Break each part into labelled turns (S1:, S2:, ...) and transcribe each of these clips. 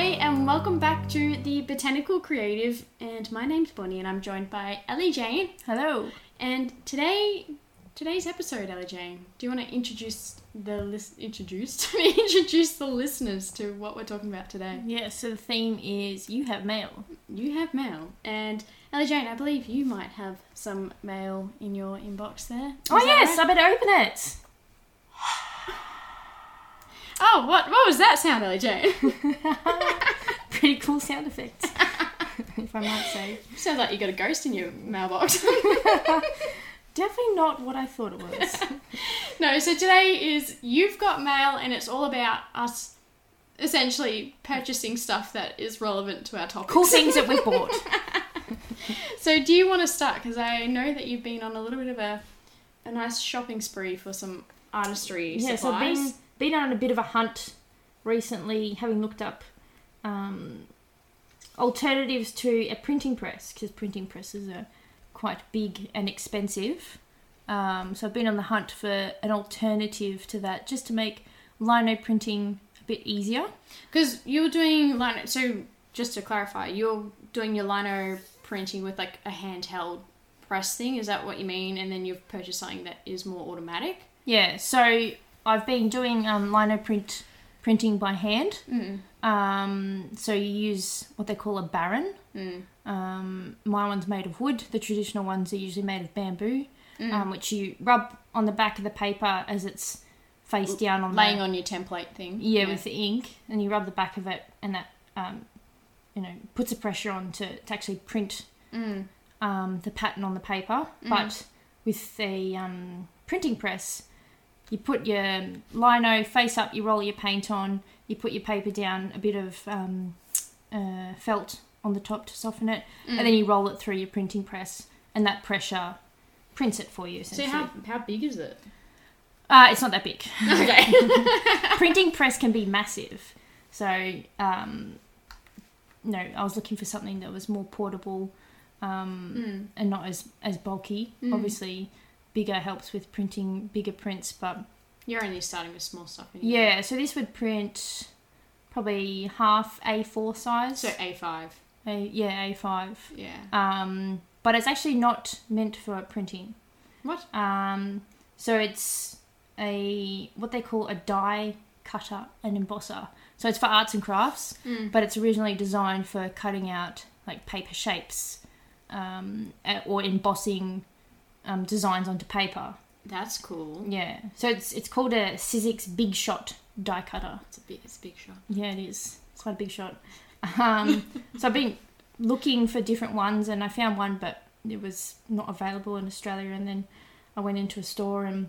S1: Welcome back to the Botanical Creative, and my name's Bonnie, and I'm joined by Ellie Jane.
S2: Hello.
S1: And today, today's episode, Ellie Jane, do you want to introduce the list? Introduce introduce the listeners to what we're talking about today.
S2: Yeah, so the theme is you have mail.
S1: You have mail, and Ellie Jane, I believe you might have some mail in your inbox there. Is
S2: oh
S1: that
S2: yes,
S1: right?
S2: I better open it.
S1: Oh, what what was that sound, Ellie Jane?
S2: Pretty cool sound effect, if I might say.
S1: Sounds like you got a ghost in your mailbox.
S2: Definitely not what I thought it was.
S1: No, so today is You've Got Mail, and it's all about us essentially purchasing stuff that is relevant to our topics.
S2: cool things that we've bought.
S1: So, do you want to start? Because I know that you've been on a little bit of a, a nice shopping spree for some artistry
S2: Yes, I've
S1: supplies.
S2: been been on a bit of a hunt recently, having looked up um, alternatives to a printing press because printing presses are quite big and expensive. Um, so I've been on the hunt for an alternative to that, just to make lino printing a bit easier.
S1: Because you were doing lino. So, just to clarify, you're doing your lino printing with like a handheld press thing. Is that what you mean? And then you've purchased something that is more automatic.
S2: Yeah, so I've been doing um, lino print printing by hand.
S1: Mm.
S2: Um, so you use what they call a baron.
S1: Mm.
S2: Um, my one's made of wood. The traditional ones are usually made of bamboo, um, which you rub on the back of the paper as it's face down on
S1: Laying
S2: the,
S1: on your template thing.
S2: Um, yeah, with the ink, and you rub the back of it, and that um, you know puts a pressure on to, to actually print
S1: Mm.
S2: um, the pattern on the paper. But with a um, printing press, you put your lino face up, you roll your paint on, you put your paper down, a bit of um, uh, felt on the top to soften it,
S1: Mm.
S2: and then you roll it through your printing press, and that pressure prints it for you.
S1: So
S2: Essentially.
S1: how, how big is it?
S2: uh, it's not that big.
S1: Okay.
S2: printing press can be massive. So, um, no, I was looking for something that was more portable um,
S1: Mm.
S2: and not as, as bulky.
S1: Mm.
S2: Obviously, bigger helps with printing bigger prints, but
S1: You're only starting with small stuff. Anyway.
S2: yeah, so this would print probably half A4 size.
S1: So A5.
S2: A, yeah, A5.
S1: Yeah.
S2: Um, but it's actually not meant for printing.
S1: What?
S2: Um, so it's a what they call a die cutter and embosser. So it's for arts and crafts,
S1: Mm.
S2: but it's originally designed for cutting out like paper shapes um, a- or embossing um, designs onto paper.
S1: That's cool.
S2: Yeah. So it's it's called a Sizzix Big Shot die cutter.
S1: It's a big, it's a big shot.
S2: Yeah, it is. It's quite a big shot. Um, so I've been looking for different ones, and I found one, but it was not available in Australia. And then I went into a store and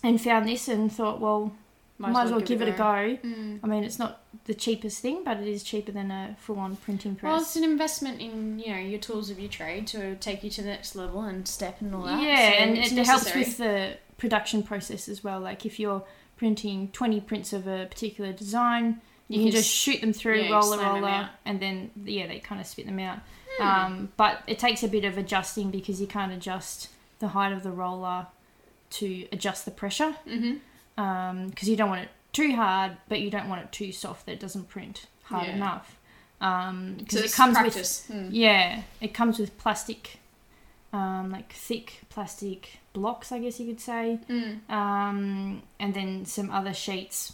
S2: and found this, and thought, well, might, as well give, it a go.
S1: Mm.
S2: I mean, it's not the cheapest thing, but it is cheaper than a full-on printing
S1: Well, it's
S2: press.
S1: an investment in you know your tools of your trade to take you to the next level and step and all that.
S2: yeah,
S1: So
S2: and
S1: it's
S2: it helps
S1: necessary.
S2: with the production process as well. Like if you're printing 20 prints of a particular design, you, can, just
S1: s-
S2: shoot them through,
S1: yeah, you
S2: roller,
S1: slam 'em
S2: roller,
S1: out.
S2: and then yeah, they kind of spit them out.
S1: Hmm.
S2: Um, but it takes a bit of adjusting because you can't adjust the height of the roller to adjust the pressure
S1: Mhm.
S2: because you don't want it too hard, but you don't want it too soft that it doesn't print hard
S1: Yeah.
S2: enough. Because
S1: So
S2: it
S1: it's
S2: comes with
S1: practice. Mm.
S2: yeah, it comes with plastic, um, like thick plastic blocks, I guess you could say,
S1: Mm.
S2: um, and then some other sheets,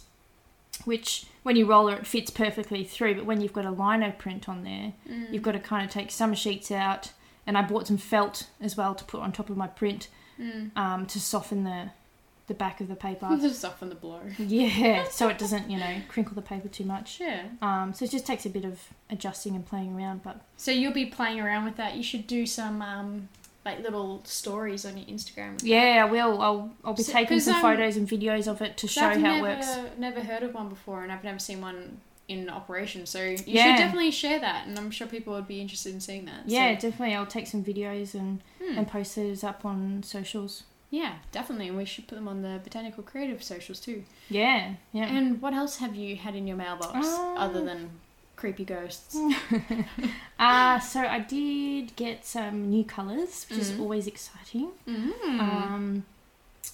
S2: which when you roller it fits perfectly through. But when you've got a lino print on there,
S1: Mm.
S2: you've got to kind of take some sheets out. And I bought some felt as well to put on top of my print
S1: Mm.
S2: um, to soften the the back of the paper.
S1: Just off on the blow.
S2: yeah, so it doesn't you know crinkle the paper too much.
S1: Yeah.
S2: Um, so it just takes a bit of adjusting and playing around, but.
S1: So you'll be playing around with that. You should do some um, like little stories on your Instagram. with
S2: Yeah, I will. I'll I'll be
S1: So-
S2: taking
S1: 'cause,
S2: some
S1: um,
S2: photos and videos of it to
S1: So
S2: show
S1: I've
S2: how it
S1: never,
S2: works.
S1: Never heard of one before, and I've never seen one in operation. So you
S2: Yeah.
S1: should definitely share that, and I'm sure people would be interested in seeing that. so-
S2: Yeah, definitely. I'll take some videos and
S1: Hmm.
S2: and post those up on socials.
S1: yeah, definitely, and we should put them on the botanical creative socials too.
S2: Yeah, yeah.
S1: And what else have you had in your mailbox
S2: Um,
S1: other than creepy ghosts?
S2: Uh, so I did get some new colours, which is
S1: Mhm.
S2: always exciting.
S1: Mm.
S2: Um,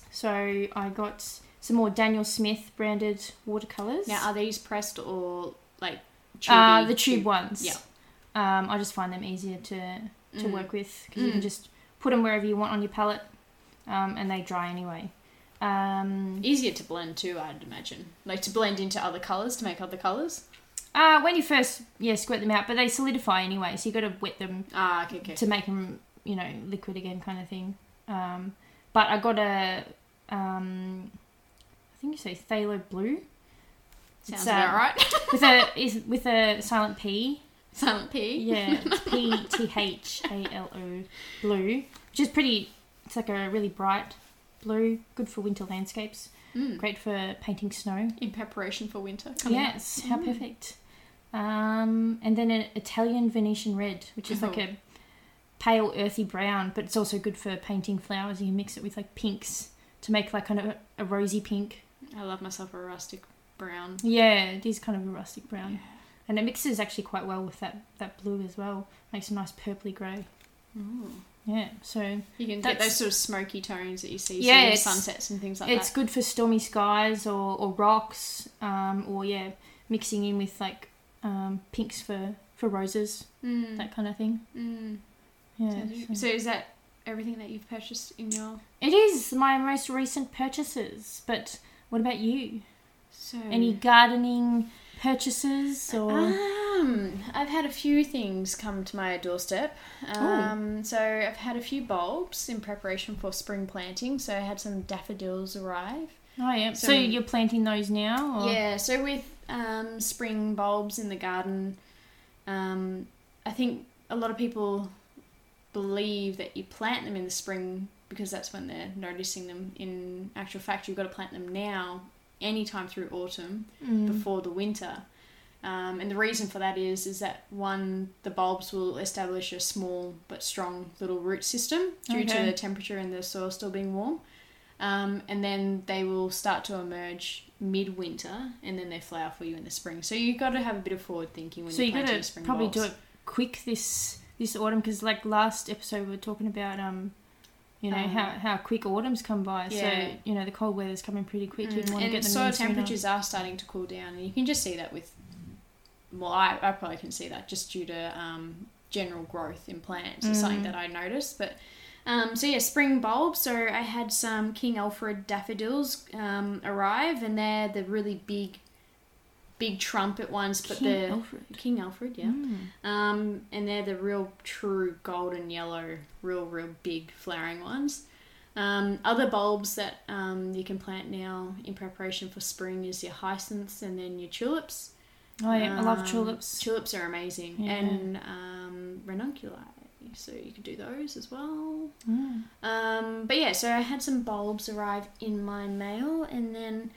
S2: so I got some more Daniel Smith branded watercolours.
S1: now, are these pressed or like
S2: Uh,
S1: tubey-
S2: the tube ones.
S1: Yeah.
S2: Um, I just find them easier to to
S1: Mm.
S2: work with because you can
S1: Mm.
S2: just put them wherever you want on your palette, um, and they dry anyway. Um,
S1: Easier to blend too, I'd imagine. Like to blend into other colours to make other colours.
S2: uh, when you first yeah squirt them out, but they solidify anyway, so you got to wet them
S1: Ah, okay, okay.
S2: to make them you know liquid again, kind of thing. Um, but I got a um, I think you say phthalo blue
S1: Sounds
S2: it's,
S1: about
S2: uh,
S1: right.
S2: with a is with a silent P.
S1: Silent P.
S2: Yeah, it's P T H A L O blue, which is pretty. It's like a really bright blue, good for winter landscapes,
S1: Mm.
S2: great for painting snow.
S1: In preparation for winter. coming up.
S2: Yes, how
S1: Mm.
S2: perfect. Um, and then an Italian Venetian red, which is like
S1: Oh.
S2: a pale earthy brown, but it's also good for painting flowers. You can mix it with like pinks to make like kind of a, a rosy pink.
S1: I love myself a rustic brown.
S2: Yeah, it is kind of a rustic brown, and it mixes actually quite well with that that blue as well. Makes a nice purpley grey.
S1: Ooh.
S2: Yeah, so
S1: You can get
S2: That's-
S1: those sort of smoky tones that you see
S2: Yeah,
S1: yeah,
S2: it's-
S1: sunsets and things like
S2: it's
S1: that.
S2: good for stormy skies or, or rocks um, or yeah mixing in with like um, pinks for, for roses
S1: Mm.
S2: that kind of thing
S1: mm.
S2: yeah
S1: Sounds-
S2: so-
S1: So is that everything that you've purchased in your?
S2: it is my most recent purchases but what about you
S1: So
S2: any gardening purchases or
S1: Um, I've had a few things come to my doorstep. Um, so I've had a few bulbs in preparation for spring planting. So I had some daffodils arrive.
S2: oh yeah so,
S1: so-
S2: you're planting those now or?
S1: Yeah, so with um, spring bulbs in the garden, um, I think a lot of people believe that you plant them in the spring because that's when they're noticing them. In actual fact, you've got to plant them now, anytime through autumn
S2: Mm.
S1: before the winter. Um, and the reason for that is is that one, the bulbs will establish a small but strong little root system due to
S2: Okay.
S1: the temperature and the soil still being warm. Um, and then they will start to emerge mid-winter, and then they flower for you in the spring. So you've got to have a bit of forward thinking when
S2: so
S1: you're
S2: you got
S1: planting
S2: to
S1: spring
S2: probably
S1: bulbs.
S2: do it quick this this autumn because like last episode we were talking about um you know
S1: Um,
S2: how, how quick autumn's come by
S1: yeah.
S2: so you know the cold weather's coming pretty quick you
S1: Mm,
S2: want to
S1: and
S2: get them
S1: soil
S2: in sooner.
S1: temperatures are starting to cool down, and you can just see that with. Well, I, I probably can see that just due to um, general growth in plants. It's something
S2: Mm.
S1: that I noticed, but. Um, so yeah, spring bulbs. So I had some King Alfred daffodils um, arrive, and they're the really big, big trumpet ones. But
S2: King
S1: they're
S2: Alfred.
S1: King Alfred, yeah.
S2: Mm.
S1: Um, and they're the real true golden yellow, real, real big flowering ones. Um, other bulbs that um, you can plant now in preparation for spring is your hyacinths and then your tulips.
S2: oh yeah i love
S1: Um,
S2: tulips
S1: Tulips are amazing.
S2: Yeah.
S1: And um, ranunculi. So you could do those as well.
S2: Mm.
S1: Um, but yeah, so I had some bulbs arrive in my mail, and then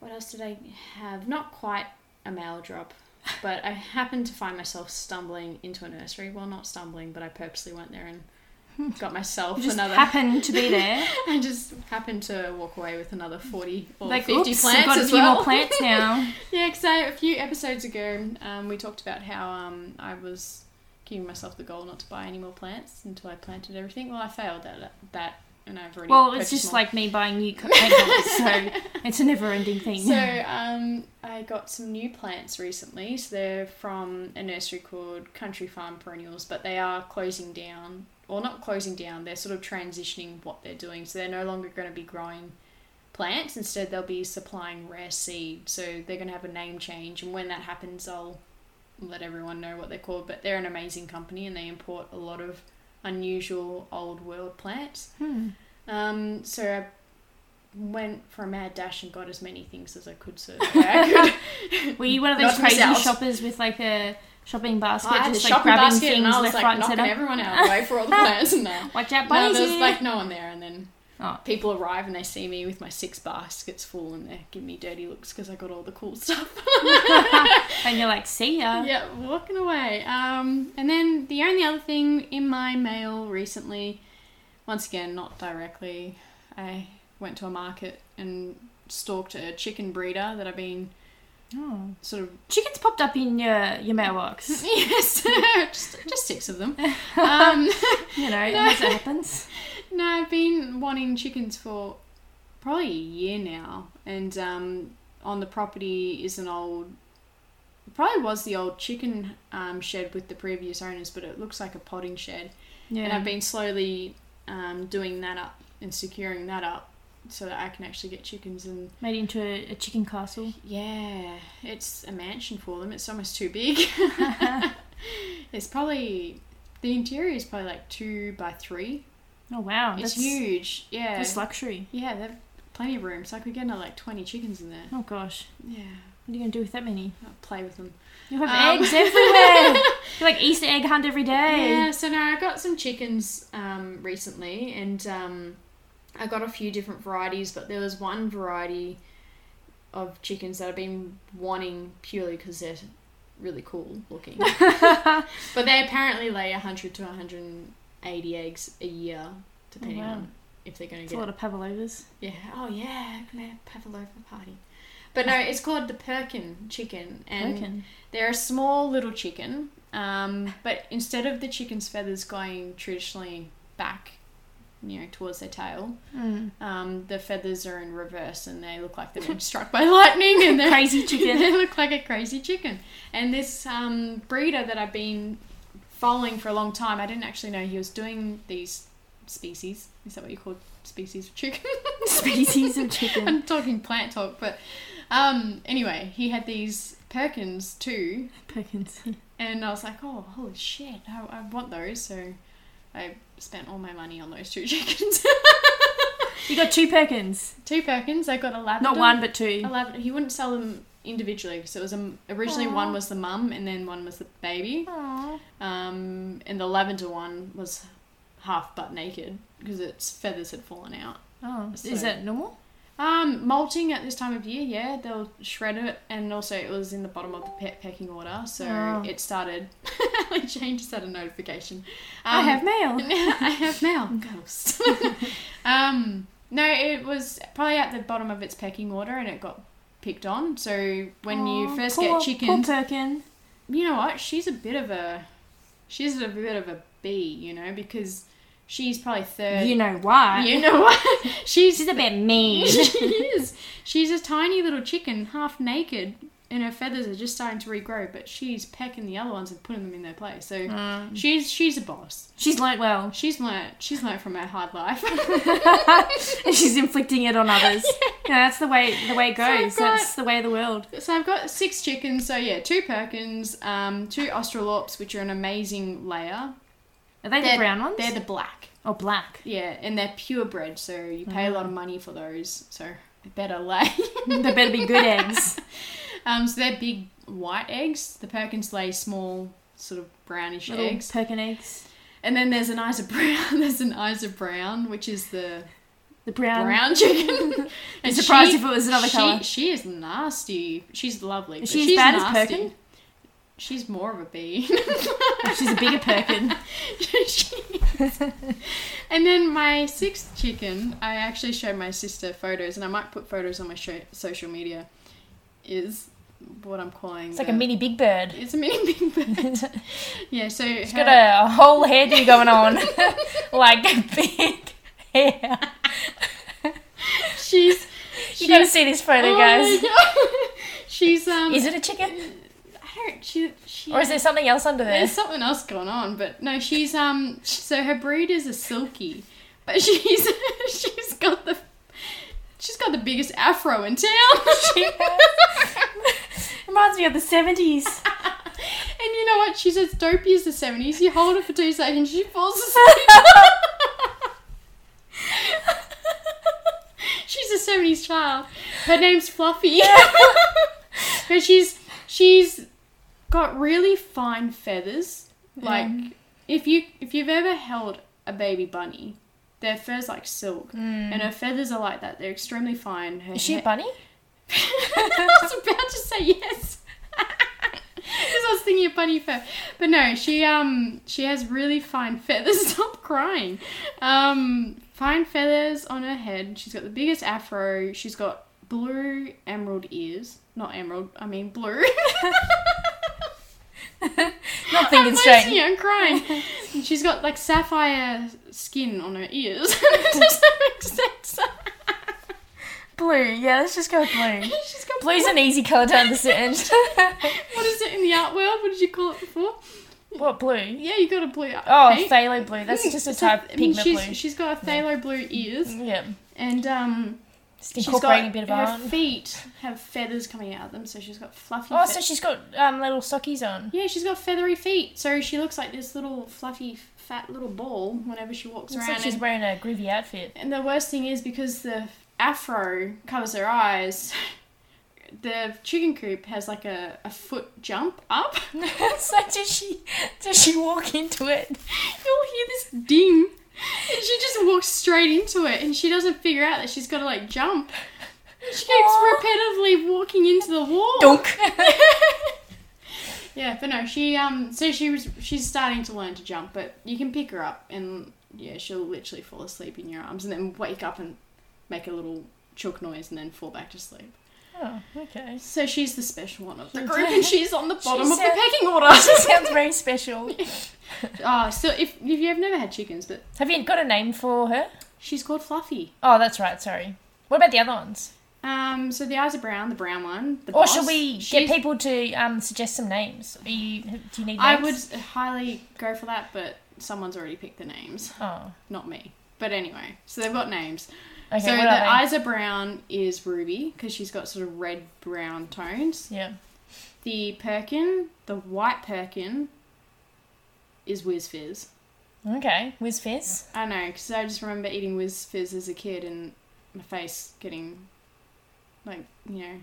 S1: what else did I have? Not quite a mail drop, but I happened to find myself stumbling into a nursery. Well, not stumbling, but I purposely went there and got myself
S2: You just
S1: another.
S2: happen to be there
S1: I just happened to walk away with another forty or
S2: like
S1: fifty
S2: oops
S1: plants
S2: i've got a
S1: as
S2: few
S1: well.
S2: more plants now
S1: Yeah, because a few episodes ago, um, we talked about how um, I was giving myself the goal not to buy any more plants until I planted everything. Well, I failed at that, and I've already.
S2: well
S1: purchased
S2: it's just
S1: more.
S2: like me buying new co- paint pots, so it's a never-ending thing
S1: So um, I got some new plants recently. So they're from a nursery called Country Farm Perennials, but they are closing down, or not closing down. They're sort of transitioning what they're doing. So they're no longer going to be growing plants. Instead, they'll be supplying rare seed. So they're going to have a name change, and when that happens, I'll let everyone know what they're called. But they're an amazing company, and they import a lot of unusual old world plants.
S2: Hmm.
S1: Um, so I went for a mad dash and got as many things as I could. So that I could.
S2: Were you one of
S1: Not
S2: those
S1: to
S2: crazy
S1: miss out.
S2: shoppers with like a shopping basket,
S1: I had
S2: just
S1: a
S2: like
S1: shopping
S2: grabbing
S1: basket
S2: things
S1: and I was
S2: left,
S1: like
S2: right, and
S1: knocking
S2: centre?
S1: everyone out of the way for all the plants. And no,
S2: Watch out,
S1: no,
S2: bunnies!
S1: there was
S2: here.
S1: like no one there. And then
S2: Oh.
S1: people arrive and they see me with my six baskets full and they give me dirty looks because I got all the cool stuff.
S2: and you're like, see ya.
S1: yeah, walking away. Um, and then the only other thing in my mail recently, once again, not directly, I went to a market and stalked a chicken breeder that I've been
S2: Oh.
S1: sort of
S2: Chickens popped up in your your mailbox.
S1: yes, just, just six of them. Um,
S2: You know, as it happens.
S1: no, I've been wanting chickens for probably a year now, and um, on the property is an old It probably was the old chicken um, shed with the previous owners, but it looks like a potting shed.
S2: Yeah.
S1: And I've been slowly um, doing that up and securing that up so that I can actually get chickens. And
S2: Made into a, a chicken castle.
S1: yeah, it's a mansion for them. It's almost too big. it's probably the interior is probably like two by three.
S2: Oh wow,
S1: it's
S2: that's
S1: huge. Yeah.
S2: That's luxury.
S1: yeah, they've plenty of room. So I could get another like 20 chickens in there.
S2: Oh gosh,
S1: Yeah.
S2: what are you gonna do with that many?
S1: I'll play with them.
S2: You will
S1: Um,
S2: have eggs everywhere. You're like Easter egg hunt every day.
S1: Yeah, so now I got some chickens um, recently, and um, I got a few different varieties, but there was one variety of chickens that I've been wanting purely because they're really cool looking. but they apparently lay 100 to 180 eggs a year, depending
S2: Oh, wow.
S1: on if they're going
S2: It's
S1: to
S2: a
S1: get.
S2: lot of pavlovas.
S1: Yeah. Oh yeah, can I have a loaf of party? But no, it's called the Perkin chicken, and
S2: Perkin.
S1: they're a small little chicken, um, but instead of the chicken's feathers going traditionally back, you know, towards their tail,
S2: Mm.
S1: um, the feathers are in reverse and they look like they've been struck by lightning and they're,
S2: Crazy chicken.
S1: they look like a crazy chicken. And this um, breeder that I've been following for a long time, I didn't actually know he was doing these species. Is that what you call species of chicken?
S2: Species of chicken.
S1: I'm talking plant talk, but um, anyway, he had these Perkins too,
S2: Perkins.
S1: and I was like, oh, holy shit, I, I want those. So I spent all my money on those two chickens.
S2: You got two Perkins.
S1: two Perkins. I got a Labrador.
S2: Not one, but two.
S1: A Labrador. He wouldn't sell them individually because it was a, originally
S2: Aw.
S1: one was the mum and then one was the baby.
S2: Aww.
S1: Um, and the Lavender one was half butt naked because its feathers had fallen out.
S2: Oh,
S1: So-
S2: is that normal?
S1: Um, molting at this time of year, yeah, they'll shred it, and also it was in the bottom of the pet pecking order, so
S2: Oh.
S1: it started. Jane just had a notification.
S2: I
S1: Um,
S2: have mail.
S1: I have now. Ghosts. um, no, it was probably at the bottom of its pecking order and it got picked on. So when you
S2: Aw,
S1: first
S2: poor-
S1: get
S2: Poor
S1: chickens,
S2: Perkin.
S1: you know what? She's a bit of a she's a bit of a bee, you know, because she's probably third.
S2: You know why?
S1: You know what? she's
S2: She's a bit mean.
S1: she is. She's a tiny little chicken, half naked, and her feathers are just starting to regrow. But she's pecking the other ones and putting them in their place. So
S2: Mm.
S1: she's she's a boss.
S2: She's learnt well.
S1: She's learnt. She's learnt from her hard life.
S2: and she's inflicting it on others. You know, that's the way the way it
S1: I've
S2: goes.
S1: got-
S2: That's the way of the world.
S1: so I've got six chickens. So yeah, two Perkins, um, two Australorps, which are an amazing layer.
S2: Are they the
S1: They're-
S2: brown ones?
S1: They're the black.
S2: oh, black.
S1: Yeah, and they're purebred, so you pay a
S2: Mm.
S1: lot of money for those. So better lay.
S2: they better be good eggs.
S1: Um, so they're big white eggs. The Perkins lay small, sort of brownish
S2: Little
S1: eggs.
S2: Perkin eggs.
S1: And then there's an Isa Brown. There's an Isa Brown, which is the
S2: The brown.
S1: brown chicken.
S2: I'm
S1: And
S2: surprised
S1: she-
S2: if it was another
S1: she,
S2: colour.
S1: She is nasty. She's lovely. but
S2: Is she as
S1: she's
S2: bad as
S1: nasty.
S2: Perkin?
S1: She's more of a bee.
S2: Oh, she's a bigger Perkin.
S1: She is. and then my sixth chicken, I actually showed my sister photos, and I might put photos on my show, social media. Is what I'm calling.
S2: It's like a
S1: the-
S2: mini big bird.
S1: It's a mini big bird. yeah. So
S2: She's
S1: her-
S2: got a, a whole hairdo going on, like a big hair.
S1: she's.
S2: You gotta see this photo,
S1: oh
S2: guys.
S1: my God. she's um.
S2: Is it a chicken,
S1: I don't. She. she
S2: or is there something else under there?
S1: There's something else going on, but no, she's um. So her breed is a silky, but she's she's got the she's got the biggest afro in town.
S2: Reminds me of the seventies.
S1: and you know what? She's as dopey as the seventies. You hold her for two seconds, she falls asleep. she's a seventies child. Her name's Fluffy, but she's she's got really fine feathers. Like if you if you've ever held a baby bunny, their fur's like silk, and her feathers are like that. They're extremely fine. Her
S2: Mm. Hmm. Is she a
S1: hair-
S2: bunny?
S1: I was about to say yes. Because I was thinking of bunny fur. But no, she um she has really fine feathers. Stop crying. Um fine feathers on her head. She's got the biggest afro. She's got blue emerald ears. Not emerald, I mean blue.
S2: Not
S1: I'm
S2: thinking straight.
S1: losing it, I'm crying. And she's got like sapphire skin on her ears. it doesn't make sense.
S2: Blue. Yeah, let's just go with blue.
S1: She's got
S2: Blue's an easy colour to understand.
S1: What is it in the art world? What did you call it before?
S2: what blue?
S1: Yeah, you got a blue.
S2: Oh,
S1: paint.
S2: phthalo blue. That's just a
S1: So,
S2: type of
S1: I mean,
S2: pigment
S1: she's,
S2: blue.
S1: She's got a phthalo blue ears,
S2: yeah.
S1: and um,
S2: Just
S1: she's
S2: incorporating
S1: got
S2: a bit of
S1: her
S2: art.
S1: feet have feathers coming out of them, so she's got fluffy.
S2: Oh,
S1: fe-
S2: so she's got um, little sockies on.
S1: yeah, she's got feathery feet, so she looks like this little fluffy, f- fat little ball whenever she walks
S2: Looks
S1: around.
S2: like she's
S1: and,
S2: wearing a groovy outfit.
S1: and the worst thing is because the afro covers her eyes. The chicken coop has like a, a foot jump up.
S2: so does she? Does she walk into it?
S1: You'll hear this ding. And she just walks straight into it and she doesn't figure out that she's got to like jump. She keeps
S2: Aw.
S1: repetitively walking into the wall.
S2: Dunk.
S1: Yeah, but no, she um so she was she's starting to learn to jump, but you can pick her up and yeah, she'll literally fall asleep in your arms and then wake up and make a little chook noise and then fall back to sleep.
S2: oh, okay.
S1: So she's the special one of the group and she's on the bottom of the
S2: said-
S1: pecking order.
S2: She sounds very special.
S1: Ah, so if if you've never had chickens, but
S2: Have you got a name for her?
S1: she's called Fluffy.
S2: Oh, that's right. Sorry. What about the other ones?
S1: Um, so the eyes are brown, the brown one. The
S2: Or
S1: boss,
S2: should we
S1: she's-
S2: get people to um, suggest some names? Are you, do you need names?
S1: I would highly go for that, but someone's already picked the names,
S2: Oh,
S1: not me. But anyway, so they've got names.
S2: okay.
S1: so
S2: what
S1: the
S2: are they?
S1: eyes are brown is Ruby because she's got sort of red brown tones.
S2: Yeah.
S1: The Perkin, the white Perkin, is Whiz Fizz.
S2: Okay. Whiz Fizz.
S1: I know because I just remember eating Whiz Fizz as a kid and my face getting like you know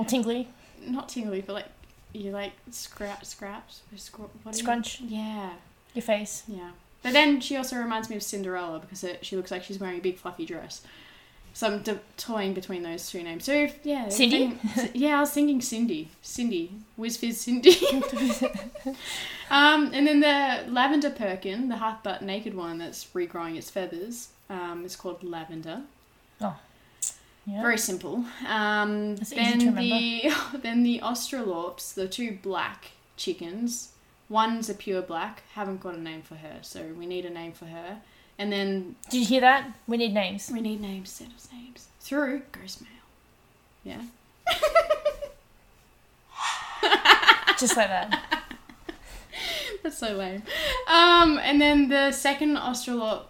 S2: Or Tingly.
S1: not tingly, but like you like scrap scraps. Scr- what do you-
S2: Scrunch.
S1: Yeah,
S2: Your face.
S1: yeah. But then she also reminds me of Cinderella because it, she looks like she's wearing a big fluffy dress. So I'm de- toying between those two names. So if, yeah, if
S2: Cindy?
S1: they- yeah, I was thinking Cindy, Cindy, whiz fizz Cindy. um, and then the lavender perkin, the half butt naked one that's regrowing its feathers, um, is called lavender.
S2: Yeah.
S1: Very simple. Um,
S2: That's
S1: then
S2: easy to
S1: the then the Australorps, the two black chickens. One's a pure black. Haven't got a name for her, so we need a name for her. And then
S2: Did you hear that? We need names.
S1: we need names. Set us names through ghost mail. Yeah.
S2: Just like that.
S1: That's so lame. Um, and then the second Australorp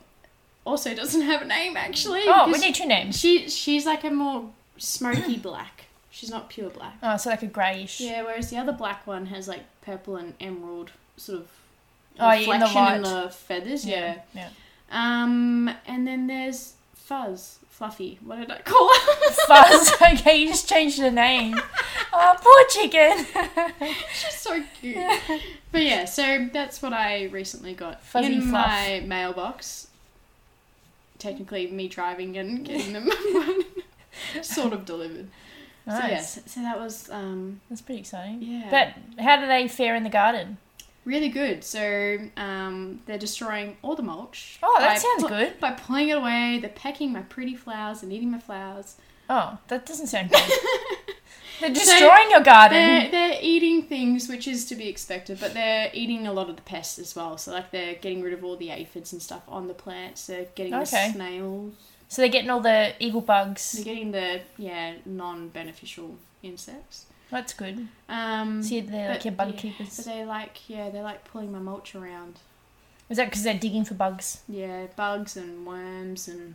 S1: also doesn't have a name actually.
S2: Oh, we
S1: because
S2: need two names.
S1: She she's like a more smoky black. She's not pure black.
S2: Oh, so like a greyish.
S1: Yeah, whereas the other black one has like purple and emerald sort of
S2: Oh, yeah, in the
S1: reflection in the,
S2: light.
S1: feathers.
S2: Yeah.
S1: Yeah.
S2: yeah.
S1: Um, and then there's Fuzz, Fluffy. What did I call her?
S2: Fuzz. Okay, you just changed the name. Oh, poor chicken.
S1: She's so cute. but yeah, so that's what I recently got
S2: Fuzzy
S1: in
S2: Fluff.
S1: my mailbox. Technically, me driving and getting them sort of delivered. So
S2: Nice.
S1: yes, so that was um
S2: That's pretty exciting.
S1: yeah.
S2: But how do they fare in the garden?
S1: Really good. So um, they're destroying all the mulch.
S2: Oh, that
S1: by
S2: sounds
S1: pl-
S2: good.
S1: By pulling it away, they're pecking my pretty flowers and eating my flowers.
S2: Oh, that doesn't sound good. They're
S1: So,
S2: destroying your garden.
S1: They're, they're eating things, which is to be expected, but they're eating a lot of the pests as well. So, like, they're getting rid of all the aphids and stuff on the plants. They're getting
S2: Okay.
S1: the snails.
S2: So they're getting all the evil bugs.
S1: They're getting the, yeah, non beneficial insects.
S2: That's good.
S1: Um,
S2: See, they're like
S1: but
S2: your bug
S1: yeah,
S2: keepers.
S1: But they like, yeah, they're like pulling my mulch around.
S2: Was that because they're digging for bugs?
S1: Yeah, bugs and worms and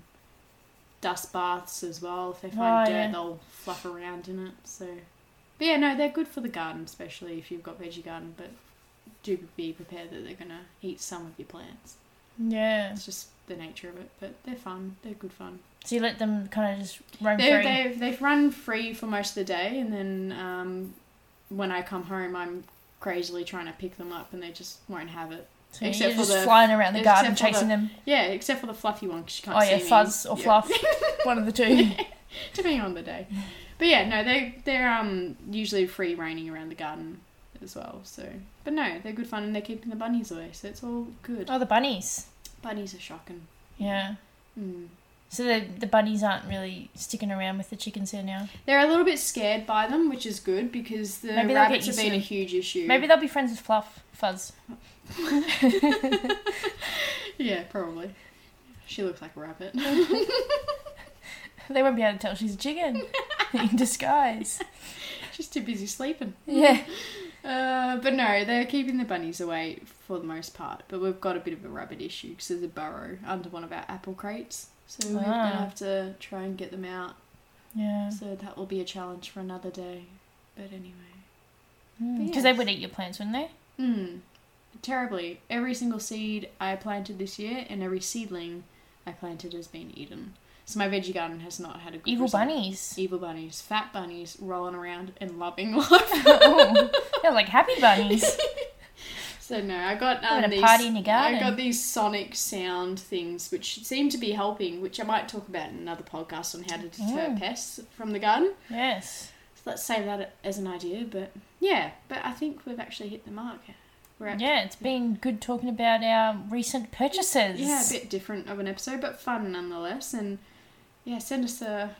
S1: dust baths as well. If they find
S2: Oh,
S1: dirt,
S2: yeah.
S1: they'll fluff around in it. So, but yeah, no, they're good for the garden, especially if you've got veggie garden. But do be prepared that they're gonna eat some of your plants.
S2: Yeah.
S1: It's just the nature of it. But they're fun. They're good fun.
S2: So you let them kind of just roam
S1: They
S2: free.
S1: they they've run free for most of the day, and then um, when I come home, I'm crazily trying to pick them up, and they just won't have it.
S2: so you're
S1: except for
S2: just
S1: the-
S2: flying around the
S1: except
S2: garden
S1: for the-
S2: chasing them.
S1: Yeah, except for the fluffy one because she can't
S2: Oh
S1: see
S2: yeah,
S1: me.
S2: fuzz or
S1: Yeah.
S2: fluff. One of the two.
S1: depending on the day. But yeah, no, they they're um usually free reigning around the garden as well. So, but no, they're good fun and they're keeping the bunnies away, so it's all good.
S2: Oh, the bunnies.
S1: Bunnies are shocking.
S2: Yeah.
S1: Mm.
S2: So the the bunnies aren't really sticking around with the chickens here now.
S1: They're a little bit scared by them, which is good because the
S2: Maybe they'll get
S1: rabbits have
S2: used
S1: been
S2: to
S1: a
S2: them.
S1: huge issue.
S2: Maybe they'll be friends with Fluff Fuzz.
S1: yeah, probably. She looks like a rabbit.
S2: They won't be able to tell she's a chicken. in disguise.
S1: She's too busy sleeping.
S2: Yeah.
S1: Uh, but no, they're keeping the bunnies away for the most part. But we've got a bit of a rabbit issue because there's a burrow under one of our apple crates. So we're going to
S2: Ah.
S1: have to try and get them out.
S2: Yeah.
S1: So that will be a challenge for another day. But anyway.
S2: Because
S1: yes.
S2: Hmm. they would eat your plants, wouldn't they?
S1: Mm, terribly. Every single seed I planted this year and every seedling I planted has been eaten. So my veggie garden has not had a good
S2: Evil
S1: result.
S2: bunnies.
S1: Evil bunnies. Fat bunnies rolling around and loving life.
S2: oh, they're like happy bunnies.
S1: So no, I got um,
S2: Having a
S1: these,
S2: party in your garden.
S1: I got these sonic sound things which seem to be helping, which I might talk about in another podcast on how to deter
S2: Mm.
S1: pests from the garden.
S2: Yes.
S1: So let's save that as an idea, but yeah, but I think we've actually hit the mark. We're at
S2: Yeah, it's been good talking about our recent purchases.
S1: Yeah, a bit different of an episode, but fun nonetheless. And yeah, send us a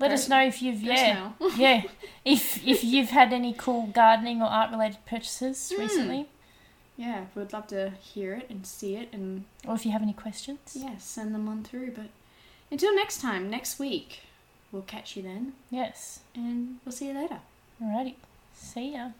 S2: Let us know if you've yeah
S1: voicemail.
S2: yeah if if you've had any cool gardening or art related purchases
S1: Mm.
S2: recently,
S1: Yeah, we'd love to hear it and see it, and
S2: or if you have any questions.
S1: yeah, send them on through. But until next time, next week, we'll catch you then,
S2: Yes.
S1: and we'll see you later.
S2: Alrighty. See ya.